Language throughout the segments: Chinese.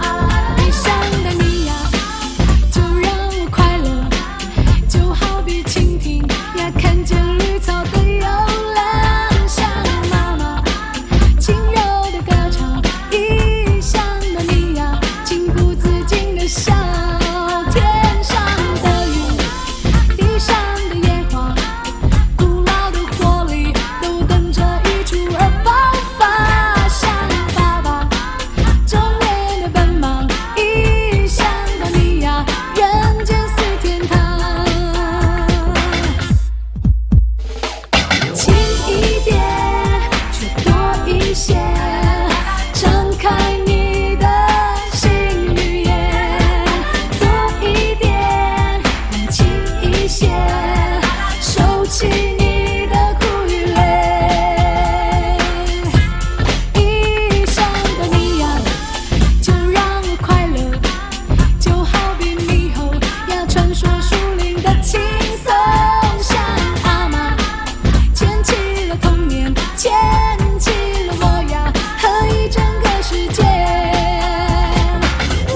爱上的你呀，就让我快乐，就好比蜻蜓呀，看见绿草的游览，像妈妈轻柔的歌唱，异乡的你呀，情不自禁的笑。天上的云，地上的野花，古老的活力都等着溢出而爆发，像爸爸。中年的奔忙，异乡的你呀，人间似天堂。轻一点，却多一些，张开你的新语言。多一点，冷清一些，收起你的苦与泪。异乡的你呀，就让我快乐，就好比猕猴呀，穿梭树林的青松，像阿妈牵起了童年，牵起了我呀，和一整个世界。啦啦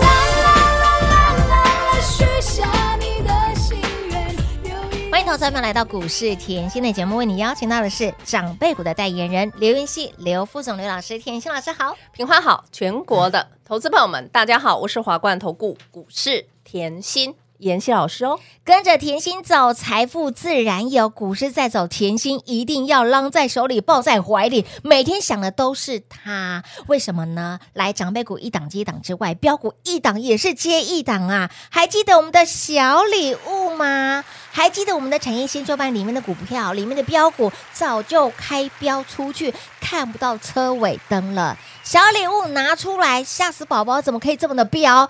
啦啦啦啦，许下你的心愿，留一欢迎投资者朋友来到股市甜心的节目，为你邀请到的是长辈股的代言人刘云熙、刘副总、刘老师。甜心老师好，平花好，全国 的投资朋友们，大家好，我是华冠投顾股市甜心妍希老师哦。跟着甜心走，财富自然有。股市在走，甜心一定要浪在手里，抱在怀里，每天想的都是他。为什么呢？来长辈股一档接一档之外，标股一档也是接一档啊！还记得我们的小礼物吗？还记得我们的产业先修班里面的股票，里面的标股早就开标出去，看不到车尾灯了。小礼物拿出来，吓死宝宝！怎么可以这么的标？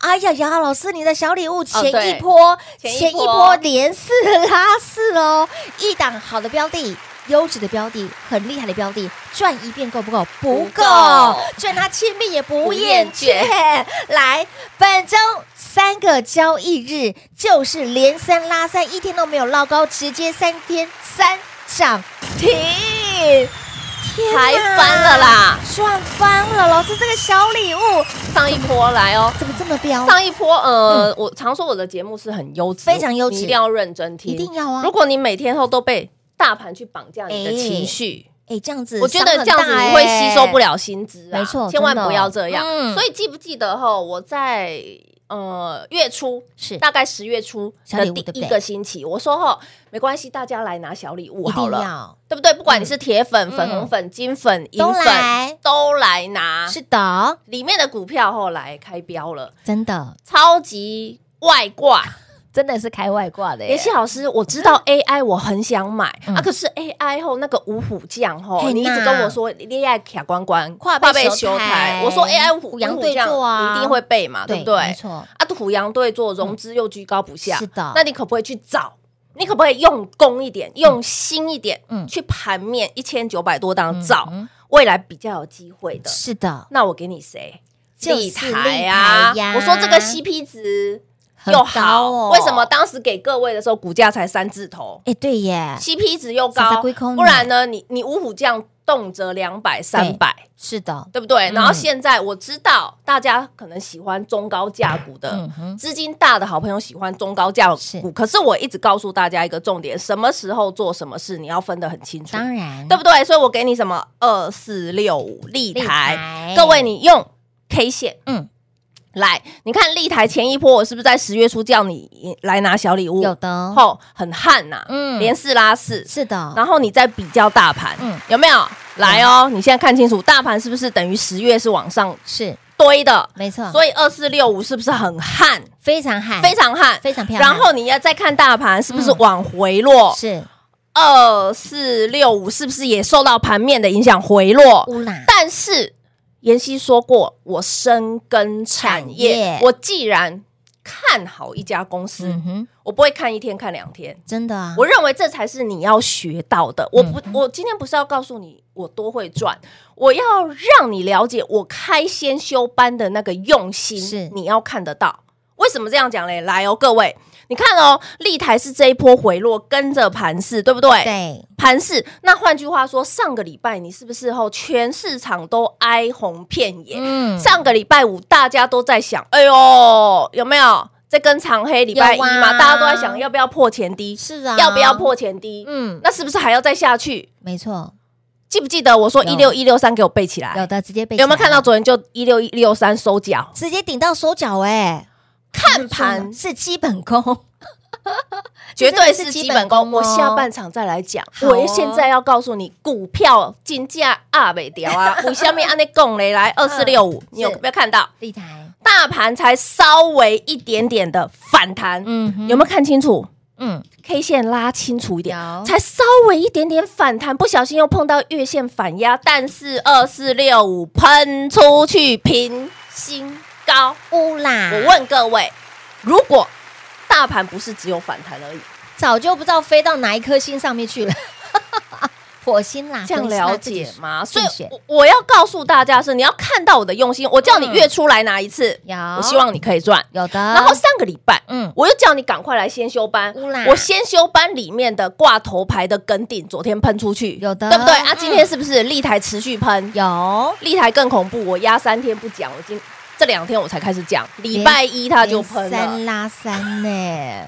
哎呀呀，老师，你的小礼物前对一波、前一前一波波连四拉四哦，一档好的标的。优质的标的，很厉害的标的，赚一遍够不够？不够够，赚它千遍也不不厌厌倦。来，本周三个交易日就是连三拉三，一天都没有捞高，直接三天三涨停，啊天哪还翻了啦，赚翻了！老师，这个小礼物上一波来哦。怎么这么彪？上一波，呃，我常说我的节目是很优质，嗯非常优质你一定要认真听，一定要啊如果你每天后都被大盘去绑架你的哎情绪，哎，这样子我觉得伤很这样子大你会哎吸收不了薪资啊，没错千万真的不要这样。嗯所以记不记得哈？我在呃月初哎是大概十月初小的礼物对不第一对个星期，我说哈没关系，大家来拿小礼物一好定了，要对不对？不管你是铁粉、嗯粉红粉、金粉、银都来粉，都来拿。是的，里面的股票后来开标了，真的超级外挂。真的是开外挂的妍希老师，我知道 AI 我很想买嗯啊，可是 AI 后那个五虎将嘿吼，你一呐直跟我说 AI 卡关关跨跨背背修修台台，我说 AI 五虎虎羊虎对将坐啊你一定会背嘛，对不对没？错，嗯啊，虎羊对坐，融资又居高不下，是的嗯那你可不可以去找？你可不可以用功一点，用心一点，嗯去盘面一千九百多档找嗯未来比较有机会的？是的，那我给你谁？就是立台呀哦我说这个 CP 值很又高好，哦为什么当时给各位的时候股价才三字头哎，对耶， ，CP 值又傻傻高龟空呢，不然呢？你你五虎将动辄两百三百，是的，对不对？嗯然后现在我知道大家可能喜欢中高价股的嗯。哼，资金大的好朋友喜欢中高价是股，可是我一直告诉大家一个重点：什么时候做什么事，你要分得很清楚。当然，对不对？所以我给你什么二四六五立立台台，各位你用 K 线，嗯嗯，来，你看立台前一波，我是不是在十月初叫你来拿小礼物？有的哦吼，很悍呐，嗯嗯，连四拉四，是的，然后你再比较大盘，啊嗯嗯，有没有？来哦，你现在看清楚，大盘是不是等于十月是往上是堆的，没错，所以二四六五是不是很悍，非常悍，非常悍，哎非常漂亮。然后你要再看大盘是不是往回落，是二四六五是不是也受到盘面的影响回落？乌拉，但是妍希说过，我深耕产业，产业我既然看好一家公司，嗯哼，我不会看一天看两天。真的啊，嗯我认为这才是你要学到的。我不，我今天不是要告诉你我多会赚，我要让你了解我开先修班的那个用心，是你要看得到。为什么这样讲嘞？来哦，各位，你看哦，立台是这一波回落，跟着盘势，对不对？对，盘市，那换句话说，上个礼拜你是不是后全市场都哀鸿遍野？嗯，上个礼拜五大家都在想，哎呦，有没有这根长黑礼拜一有嘛？啊大家都在想要不要破前低，是啊，要不要？破前低？嗯，那是不是还要再下去？没错，记不记得我说有一六一六三给我背起来？有的直接被哎有没有起来看到昨天就一六一六三收脚？直接顶到手脚哎，看盘是基本功，绝这对真是的是基基本本功。功我哦下半场再来讲。好哦我现在要告诉你，股票竞价压不 掉啊！我下面按那拱嘞，来二四六五，你有嗯是没有看到？立台，大盘才稍微一点点的反弹，嗯哼有没有看清楚嗯， ？K 线拉清楚一点有，才稍微一点点反弹，不小心又碰到月线反压，但是二四六五喷出去平新高。乌啦，我问各位，如果大盘不是只有反弹而已，早就不知道飞到哪一颗星上面去了， 火星啦，这样火星啦了解？吗？自所以己选我，我要告诉大家是，你要看到我的用心。我叫你嗯月初来拿一次，有我希望你可以赚。有的，然后上个礼拜，啊嗯我又叫你赶快来先修班乌啦。我先修班里面的挂头牌的梗顶，昨天喷出去，有的对不对啊？嗯今天是不是立台持续喷？有立台更恐怖，我压三天不讲，我今这两天我才开始讲，礼拜一它就喷连了。三拉三 呢，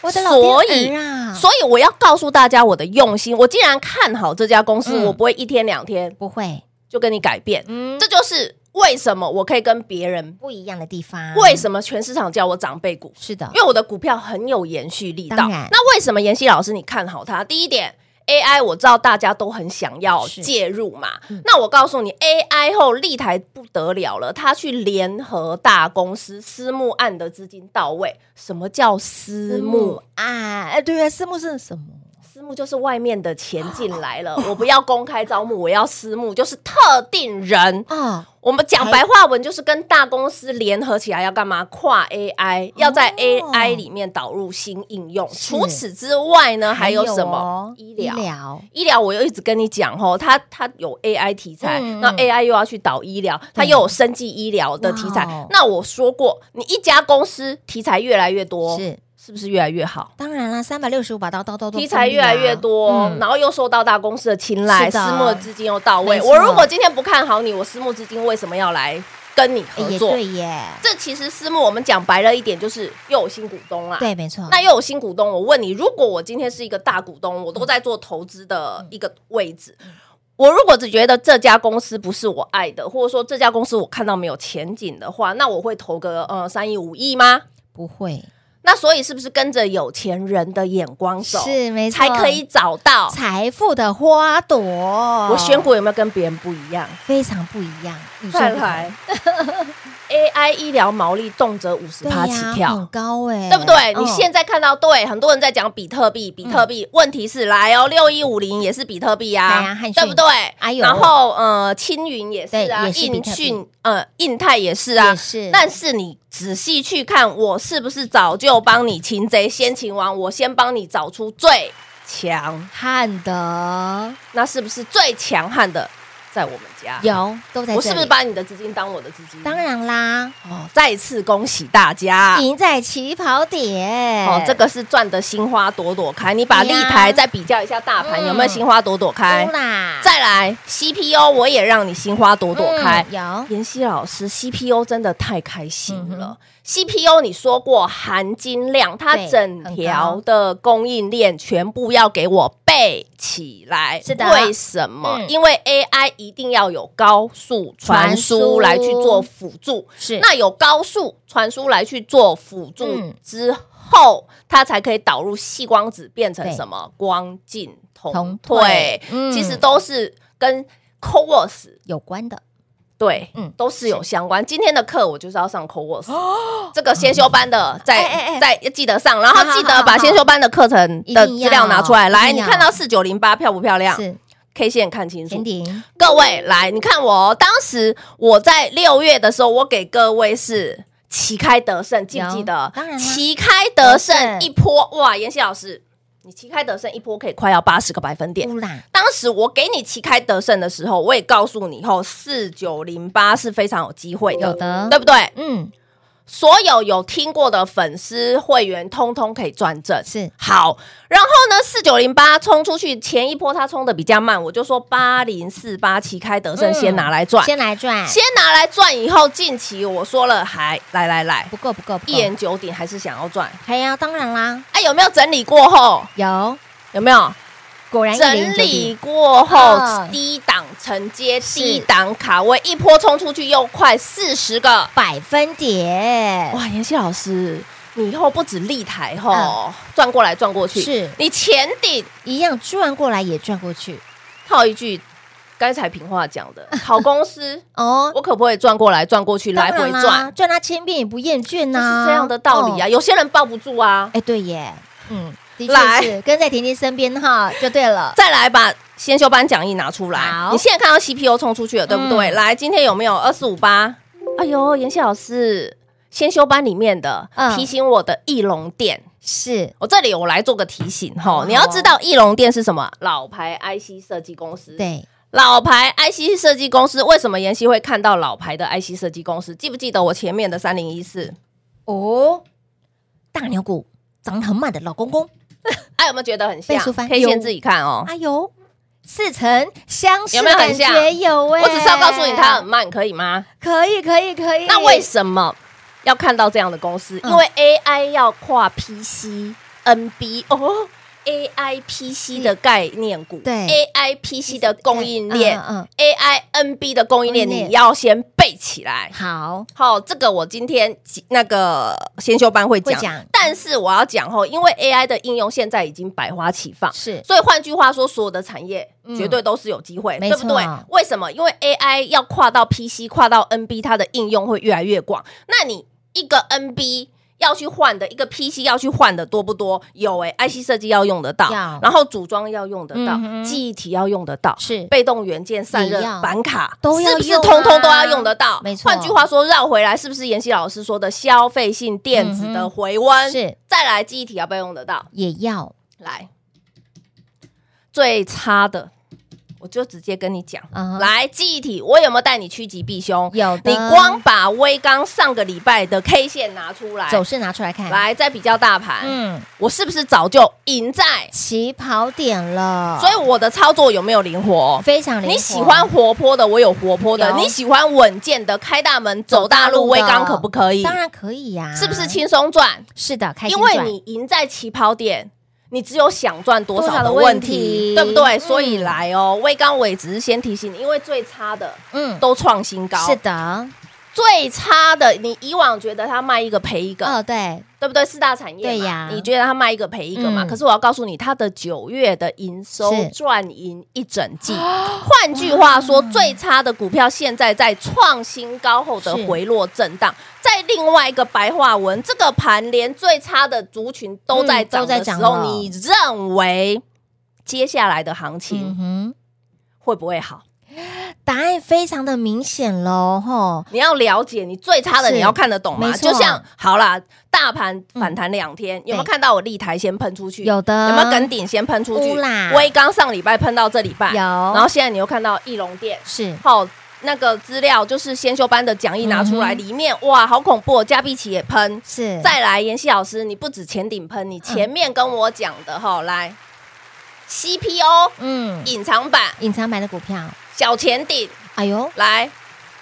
我的老所以天儿啊，所以我要告诉大家我的用心，我既然看好这家公司，嗯我不会一天两天不会，就跟你改变。嗯，这就是为什么我可以跟别人，不一样的地方，为什么全市场叫我长辈股，是的因，为我的股票很有延续力道当然。那为什么妍希老师你看好它？第一点。AI 我知道大家都很想要是嗯介入嘛，那我告诉你，AI 后立台不得了了，它去联合大公司私募案的资金到位。什么叫私募啊，哎，对啊，私募是什么？私募就是外面的钱进来了，我不要公开招募，我要私募，就是特定人。哦，我们讲白话文就是跟大公司联合起来要干嘛？跨 AI，要在 AI 里面导入新应用。哦是除此之外呢，还有什么哦？医疗医。疗，医疗我又一直跟你讲吼，它它有 AI 题材，嗯嗯嗯那 AI 又要去导医疗，它又有生技医疗的题材哇哦。那我说过，你一家公司题材越来越多，是是不是越来越好？当然啦，三百六十五把刀，刀刀都题材锋利越啊来越多，嗯然后又受到大公司的青睐，是私的募的资金又到位。没错我如果今天不看好你，我私募资金为什么要来跟你哎合也作？对耶，这其实私募我们讲白了一点，就是又有新股东啦。对，没错，那又有新股东，我问你，如果我今天是一个大股东，我都在做投资嗯的一个位置。我如果只觉得这家公司不是我爱的，或者说这家公司我看到没有前景的话，那我会投个呃三亿五亿吗？不会那所以是不是跟着有钱人的眼光走？是没错，才可以找到。财富的花朵。我我选股有没有跟别人不一样？非常不一样，与众再不同来 ，AI 医疗毛利动辄五十对趴呀起很跳，高哎，对不对？嗯你现在看到，对很多人在讲比特币，比特币，问题是来哦，六一五零也是比特币对啊啊汉，讯对不对哎？呦然后呃，青云也是啊，对也是比印特币讯呃，印泰也是啊也。是，但是你仔细去看，我是不是早就帮你擒贼先擒王？我先帮你找出最强汉德那是不是最强悍的在我们家？有都在这里，我是不是把你的资金当我的资金？当然啦，哦，再次恭喜大家！赢在起跑点。哦，这个是赚的心花朵朵开。你把对立呀台再比较一下大盘，嗯有没有心花朵朵开输？啦，再来 CPU，我也让你心花朵朵开。嗯有妍希老师，CPU 真的太开心嗯了。CPU 你说过含金量，它对整条的供应链全部要给我背起来。是的为什么？嗯因为 AI 一定要有高速传传输输来去做辅助。是那有高速传输来去做辅助嗯之后，它才可以导入细光子变成对什么光进同同退退，嗯其实都是跟 CoWoS 有关的对，嗯嗯，都是有相关。今天的课我就是要上 c o w o r s 这个先修班的，哦哎哎再哎再记得上，然好好后记好得好把先修班的课程一的定资料拿出要来。来，一定你要看到四九零八漂不漂亮是？K 线看清楚前，顶各位来，你看我哦，当时我在六月的时候，我给各位是旗开得胜，记不记有得当然啦？啊旗开得得胜胜一波，哇！妍希老师，你旗开得胜一波可以快要八十个百分点。乌啦，当时我给你旗开得胜的时候，我也告诉你，以后四九零八是非常有机会的，有的对不对？嗯，所有有听过的粉丝会员，通通可以转正。是好，然后呢，四九零八冲出去前一波，它冲的比较慢，我就说八零四八旗开得胜，嗯先拿来赚，先来赚，先拿来赚。以后近期我说了，还来来来不，够不够，不够一言九鼎还是想要赚。哎呀，当然啦，哎，有没有整理过后？有有没有果然一零整九零理过后嗯低档承接低档卡位，一波冲出去又快四十个。百分点，哇，妍希老师，你以后不止立台嗯吼，转过来转过去，是你前顶一样转过来也转过去套一句刚才平话讲的， 好公司，哦，我可不可以转过来转过去来当回然啦转？，赚它千遍也不厌倦就呐，是这样的道理啊，哦。有些人抱不住啊。哎，对耶，嗯，的确来是跟在甜甜身边哈，就对了。再来把先修班讲义拿出来好，你现在看到 CPU 冲出去了，对不对？嗯来，今天有没有二四五八？哎呦，妍希老师，先修班里面的、嗯提醒我的翼龙店，是我这里我来做个提醒好哈哦，你要知道翼龙店是什么，老牌 IC 设计公司。，对，老牌 IC 设计公司，为什么妍希会看到老牌的 IC 设计公司？记不记得我前面的三零一四？哦，大牛股涨得很慢的老公公，哎，有没有觉得很像倍数翻可以先自己看哦。哎呦，似曾相识有的没有感很像觉有哎、我只是要告诉你它很慢，可以吗？可以，可以，可以。那为什么要看到这样的公司？嗯因为 AI 要跨 PC、NB 哦。AI PC 的概念股，嗯对，AI PC 的供应链嗯嗯，AI NB 的供应链，供应链你要先背起来。嗯好好，这个我今天那个先修班会会讲，讲但是我要讲哦，因为 AI 的应用现在已经百花齐放，是所以换句话说，所有的产业嗯绝对都是有机会，没对不对错？为什么？因为 AI 要跨到 PC，跨到 NB，它的应用会越来越广。那你一个 NB。要去换的一个 PC 要去换的多不多？有诶、i c 设计要用得到要，然后组装要用得到，嗯哼记忆体要用得到，是被动元件、散热也要板卡都要是不是用啊通通都要用得到？没错换句话说，绕回来是不是妍希老师说的消费性电嗯子哼的回温？是再来记忆体要不要用得到？也要来，最差的，我就直接跟你讲。嗯哼来，记忆体，我有没有带你趋吉避凶？有的你光把微刚上个礼拜的 K 线拿出来，走势拿出来看，来再比较大盘，嗯，我是不是早就赢在？起跑点了，所以我的操作有没有灵活？非啊常灵活你喜欢活泼的，我有活泼的；有你喜欢稳健的，开大门走大路，微刚可不可以？当，然可以呀、是不是轻松赚？是的，开心因为赚你赢在起跑点，你只有想赚多多少少的的问问题题，对不对？嗯所以来哦，微刚我也只是先提醒你，因为最差的嗯都创新高，是的，最差的，你以往觉得它卖一个赔一个，哦对，对不对？四大产业嘛，对呀你觉得它卖一个赔一个嘛？嗯可是我要告诉你，它的九月的营收是赚赢一整 季。换句话说，最差的股票现在在创新高后的是回落震荡。在另外一个白话文，这个盘连最差的族群都在嗯都涨在的时涨候，了你认为接下来的行嗯情哼，会不会好？答案非常的明显喽，吼，你要了解，你最差的是你要看得懂没嘛？错嗯就像好啦，大盘反弹两天，有没有对看到我立台先喷出去？有的呃有没有梗顶先喷出去乌啦？威刚上礼拜喷到这礼拜，有然后现在你又看到翼龙店，是好。那个资料就是先修班的讲义拿出来，嗯哼里面哇，好恐怖、哦！加碧奇也喷，是嗯再来妍希老师，你不止前顶喷，你前面跟我讲的哈、来 CPU 嗯隐藏版隐藏版的股票，小前顶，哎呦来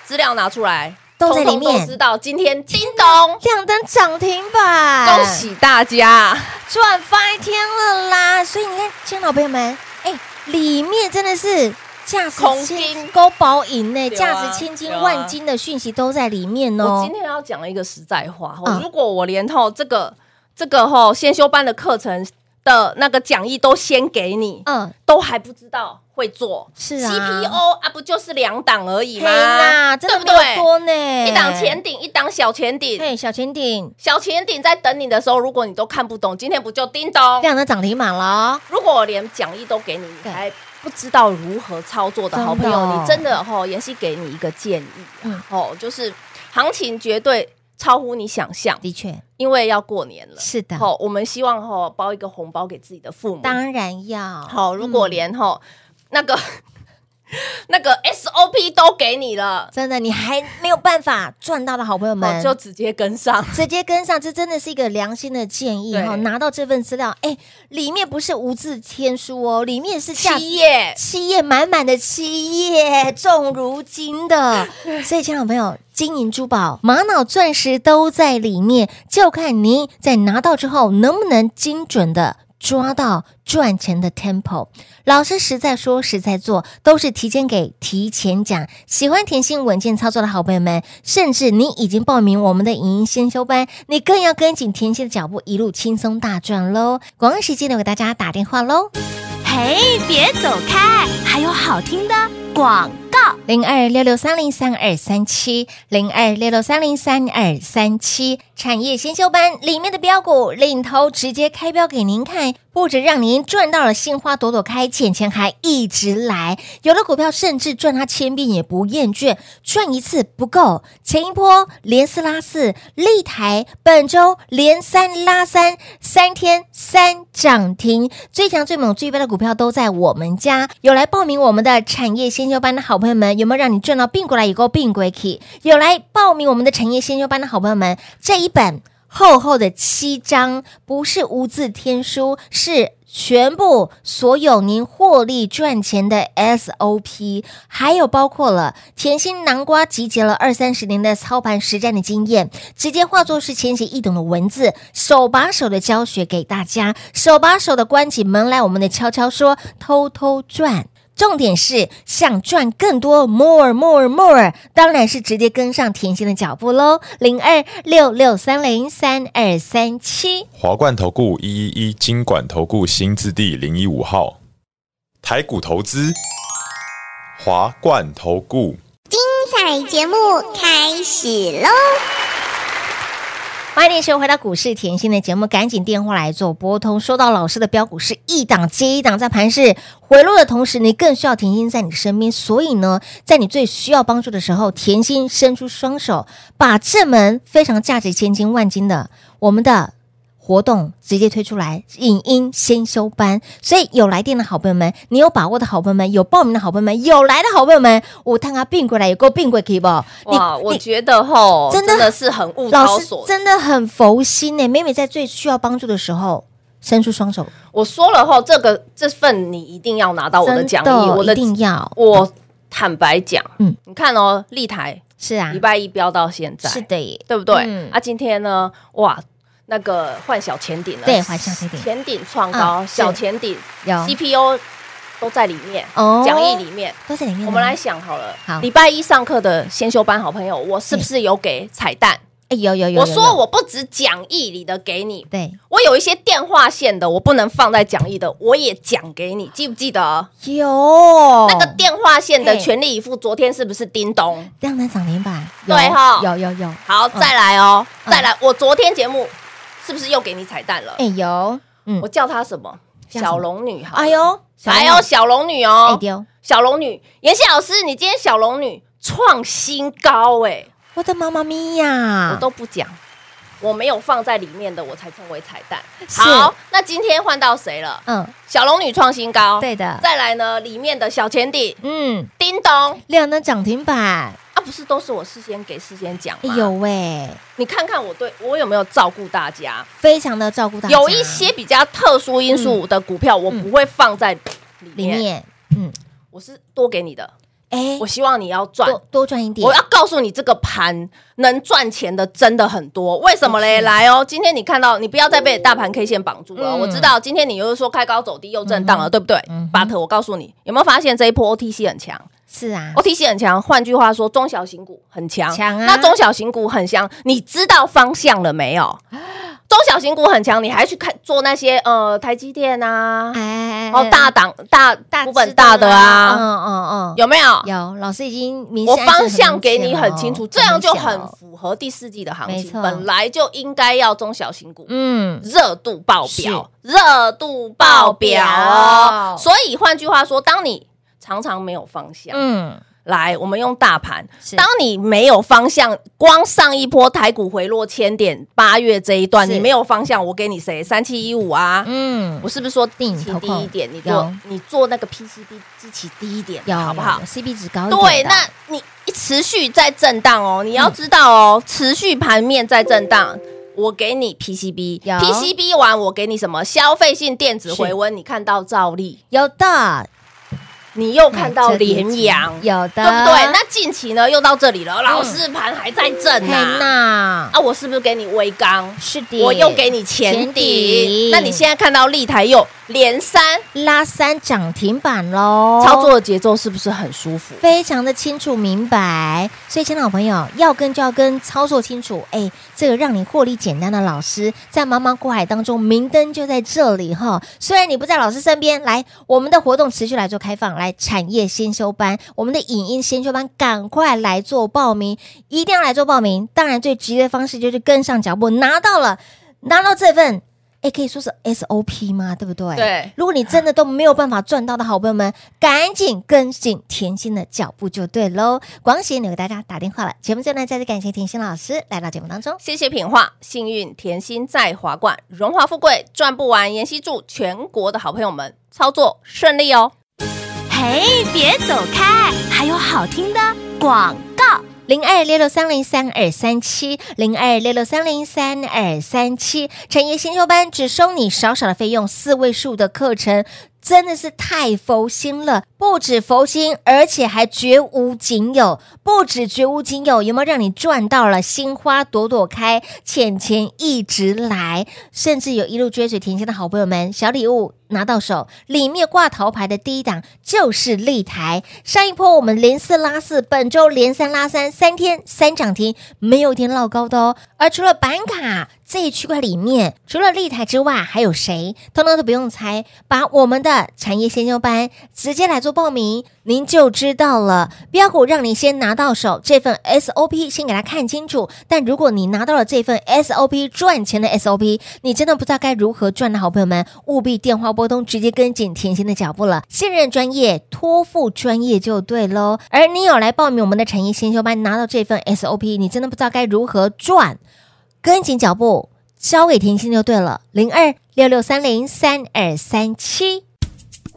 资料拿出来，都在通通里面都知道今天叮咚，亮灯涨停板，恭喜大家！赚翻天了啦！所以你看，亲爱的老朋友们，哎，里面真的是价值空千金勾宝银呢，对啊价值千金对啊万金的讯息都在里面我哦今。天要讲一个实在话，吼嗯如果我连吼这个这个吼先修班的课程的那个讲义都先给你，嗯，都还不知道会做，是啊 CPO 啊，不就是两档而已嘿吗？啦，真对的不没有对？多呢，一档前顶，一档小前顶，嘿，小前顶小前顶在等你的时候，如果你都看不懂，今天不就叮咚？亮的涨停板了，如果我连讲义都给你，你对还不知道如何操作的好真朋的哦友，你真的哦，妍希给你一个建议嗯啊，哦，就是行情绝对超乎你想象，的确因为要过年了。是的，好，我们希望哈包一个红包给自己的父母。当然要好，如果连哈那个 那个 SOP 都给你了，真的你还没有办法赚到的好朋友哦们，就直接跟上。直接跟上，这真的是一个良心的建议对哈。拿到这份资料，哎，里面不是无字天书哦，里面是价值七页七页满满的七页，重如金的。所以，亲爱的朋友，金银珠宝、玛瑙、钻石都在里面，就看您在拿到之后能不能精准的。抓到赚钱的 tempo，老师实在说实在做，都是提前给提前讲。喜欢甜心稳健操作的好朋友们，甚至你已经报名我们的影音先修班，你更要跟紧甜心的脚步，一路轻松大赚喽！广告时间留给大家打电话喽。嘿，别走开，还有好听的广告。零二六六三零三二三七，零二六六三零三二三七，产业先修班里面的标股领头直接开标给您看，不止让您赚到了杏花朵朵开，钱钱还一直来，有的股票甚至赚它千遍也不厌倦，赚一次不够，前一波连四拉四，立台本周连三拉三，三天三涨停，最强最猛最标的股票都在我们家。有来报名我们的产业先修班的好朋友们，有没有让你赚到并过来也够并归 key？有来报名我们的产业先修班的好朋友们，这一本厚厚的七章，不是无字天书，是。全部所有您获利赚钱的 SOP，还有包括了甜心南瓜集结了二三十年的操盘实战的经验，直接化作是浅显易懂的文字，手把手的教学给大家，手把手的关起门来，我们的悄悄说，偷偷赚。重点是想赚更多，more more more，当然是直接跟上甜心的脚步喽，零二六六三零三二三七。华冠投顾一一一金管投顾新字第零一五号，台股投资，华冠投顾。彩节目开始喽！欢迎你收回到股市甜心的节目，赶紧电话来做拨通。收到老师的标股是一档接一档，在盘市回落的同时，你更需要甜心在你身边。所以呢，在你最需要帮助的时候，甜心伸出双手，把这门非常价值千金万金的我们的。活动直接推出来，影音先修班，所以有来电的好朋友们，你有把握的好朋友们，有报名的好朋友们，有来的好朋友们，我看他并过来也够并过去不？你哇，我你觉得吼，真真的的是很物老超师所值。真的很佛心呢、每每在最需要帮助的时候，伸出双手，我说了吼，这个这份你一定要拿啊到我的讲真义，我的一定要我坦白讲，嗯嗯，你看哦，立台是啊礼，拜一飙到现在，是的耶，对不对？嗯啊，今天呢，哇，那个换小前顶了，对换小前顶前顶创高，嗯是小前顶有 CPU 都在里面，哦讲义里面。都在里面吗。我们来想好了，好礼拜一上课的先修班好朋友，我是不是有给彩蛋？哎，有有有，有我说有我不止讲义里的给你，对我有一些电话线的，我不能放在讲义的，我也讲给你，记不记得？有那个电话线的嘿全力以赴，昨天是不是叮咚？亮灯涨停板，对有哈有有有，好，嗯再来哦，嗯再来，我昨天节目是不是又给你彩蛋了？哎有，嗯我，叫她什么？叫什么小龙女好了。哎呦，来小哦，龙女小龙女哎哦，丢，小龙女，妍希老师，你今天小龙女创新高哎，我的妈妈咪呀，我都不讲，我没有放在里面的，我才称为彩蛋。是好，那今天换到谁了？嗯，小龙女创新高，对的，再来呢，里面的小前底嗯，叮咚亮灯涨停板，啊，不是都是我事先给事先讲哎吗？呦喂，你看看我对我有没有照顾大家？非常的照顾大家，有一些比较特殊因素的股票，我不会放在里里面，面，嗯，我是多给你的。哎我，希望你要赚多。多赚一点，我要告诉你，这个盘能赚钱的真的很多。为什么嘞？来哦，今天你看到，你不要再被大盘 K 线绑住了。嗯我知道，今天你又说开高走低又震荡了，对不对嗯哼？But 我告诉你，有没有发现这一波 OTC 很强？是啊， OTC 哦很强，换句话说，中小型股很强。强啊那中小型股很强，你知道方向了 没有？中小型股很强，你还去看做那些呃台积电啊，哎，哦大档大大股本大的啊，嗯嗯嗯，有没有？有老师已经明我示暗示方很向明给显你了哦很清楚，这样就明显很了符合第四季的行没情，错本来就应该要中小型股。嗯，热度爆表，热度爆爆表表哦。所以换句话说，当你常常没有方向，嗯，来，我们用大盘是。当你没有方向，光上一波台股回落千点，八月这一段是你没有方向，我给你谁？三七一五啊，嗯，我是不是说定定期投低控一点？你有做你做那个 PCB 基期低一点，有好不好有？？CP 值高一点的，对，那你一持续在震荡哦，你要知道哦，持续盘面在震荡。我给你 PCB，PCB 有 PCB 完我给你什么消费性电子回温？你看到兆利，有的，你又看到这边联阳，有的，对不对？那近期呢又到这里了，老师盘还在震嘿呐、啊。娜我是不是给你微刚？是的，我又给你前前底底，那你现在看到立台又连三，拉三涨停板喽，操作的节奏是不是很舒服？哦非常的清楚明白，所以，亲爱的朋友，要跟就要跟，操作清楚。哎，这个让你获利简单的老师，在茫茫股海当中，明灯就在这里哈。虽然你不在老师身边，来，我们的活动持续来做开放，来产业先修班，我们的影音先修班，赶快来做报名，一定要来做报名。当然，最直接的方式就是跟上脚步，拿到了，拿到这份。哎，可以说是 SOP 吗？对不对？对如果你真的都没有办法赚到的好朋友们，赶紧跟紧甜心的脚步就对喽。广喜你给大家打电话了，节目最后呢，再次感谢甜心老师来到节目当中。谢谢品画，幸运甜心在华冠，荣华富贵赚不完。妍希祝全国的好朋友们操作顺利哦！嘿，别走开，还有好听的广告。零二六六三零三二三七，零二六六三零三二三七，产业先修班只收你少少的费用，四位数的课程。真的是太佛心了，不止佛心，而且还绝无仅有，不止绝无仅有，有没有让你赚到了心花朵朵开，钱钱一直来，甚至有一路追随甜心的好朋友们，小礼物拿到手，里面挂头牌的第一档就是立台。上一波我们连四拉四，本周连三拉三，三天三涨停，没有一天落高的哦。而除了板卡这一区块里面，除了立台之外，还有谁？通通都不用猜，把我们的产业先修班直接来做报名，您就知道了。标股让你先拿到手这份 SOP，先给它看清楚。但如果你拿到了这份 SOP 赚钱的 SOP，你真的不知道该如何赚的好朋友们，务必电话拨通，直接跟紧甜心的脚步了。信任专业，托付专业就对喽。而你有来报名我们的产业先修班，拿到这份 SOP，你真的不知道该如何赚。跟紧脚步，交给甜心就对了。零二六六三零三二三七。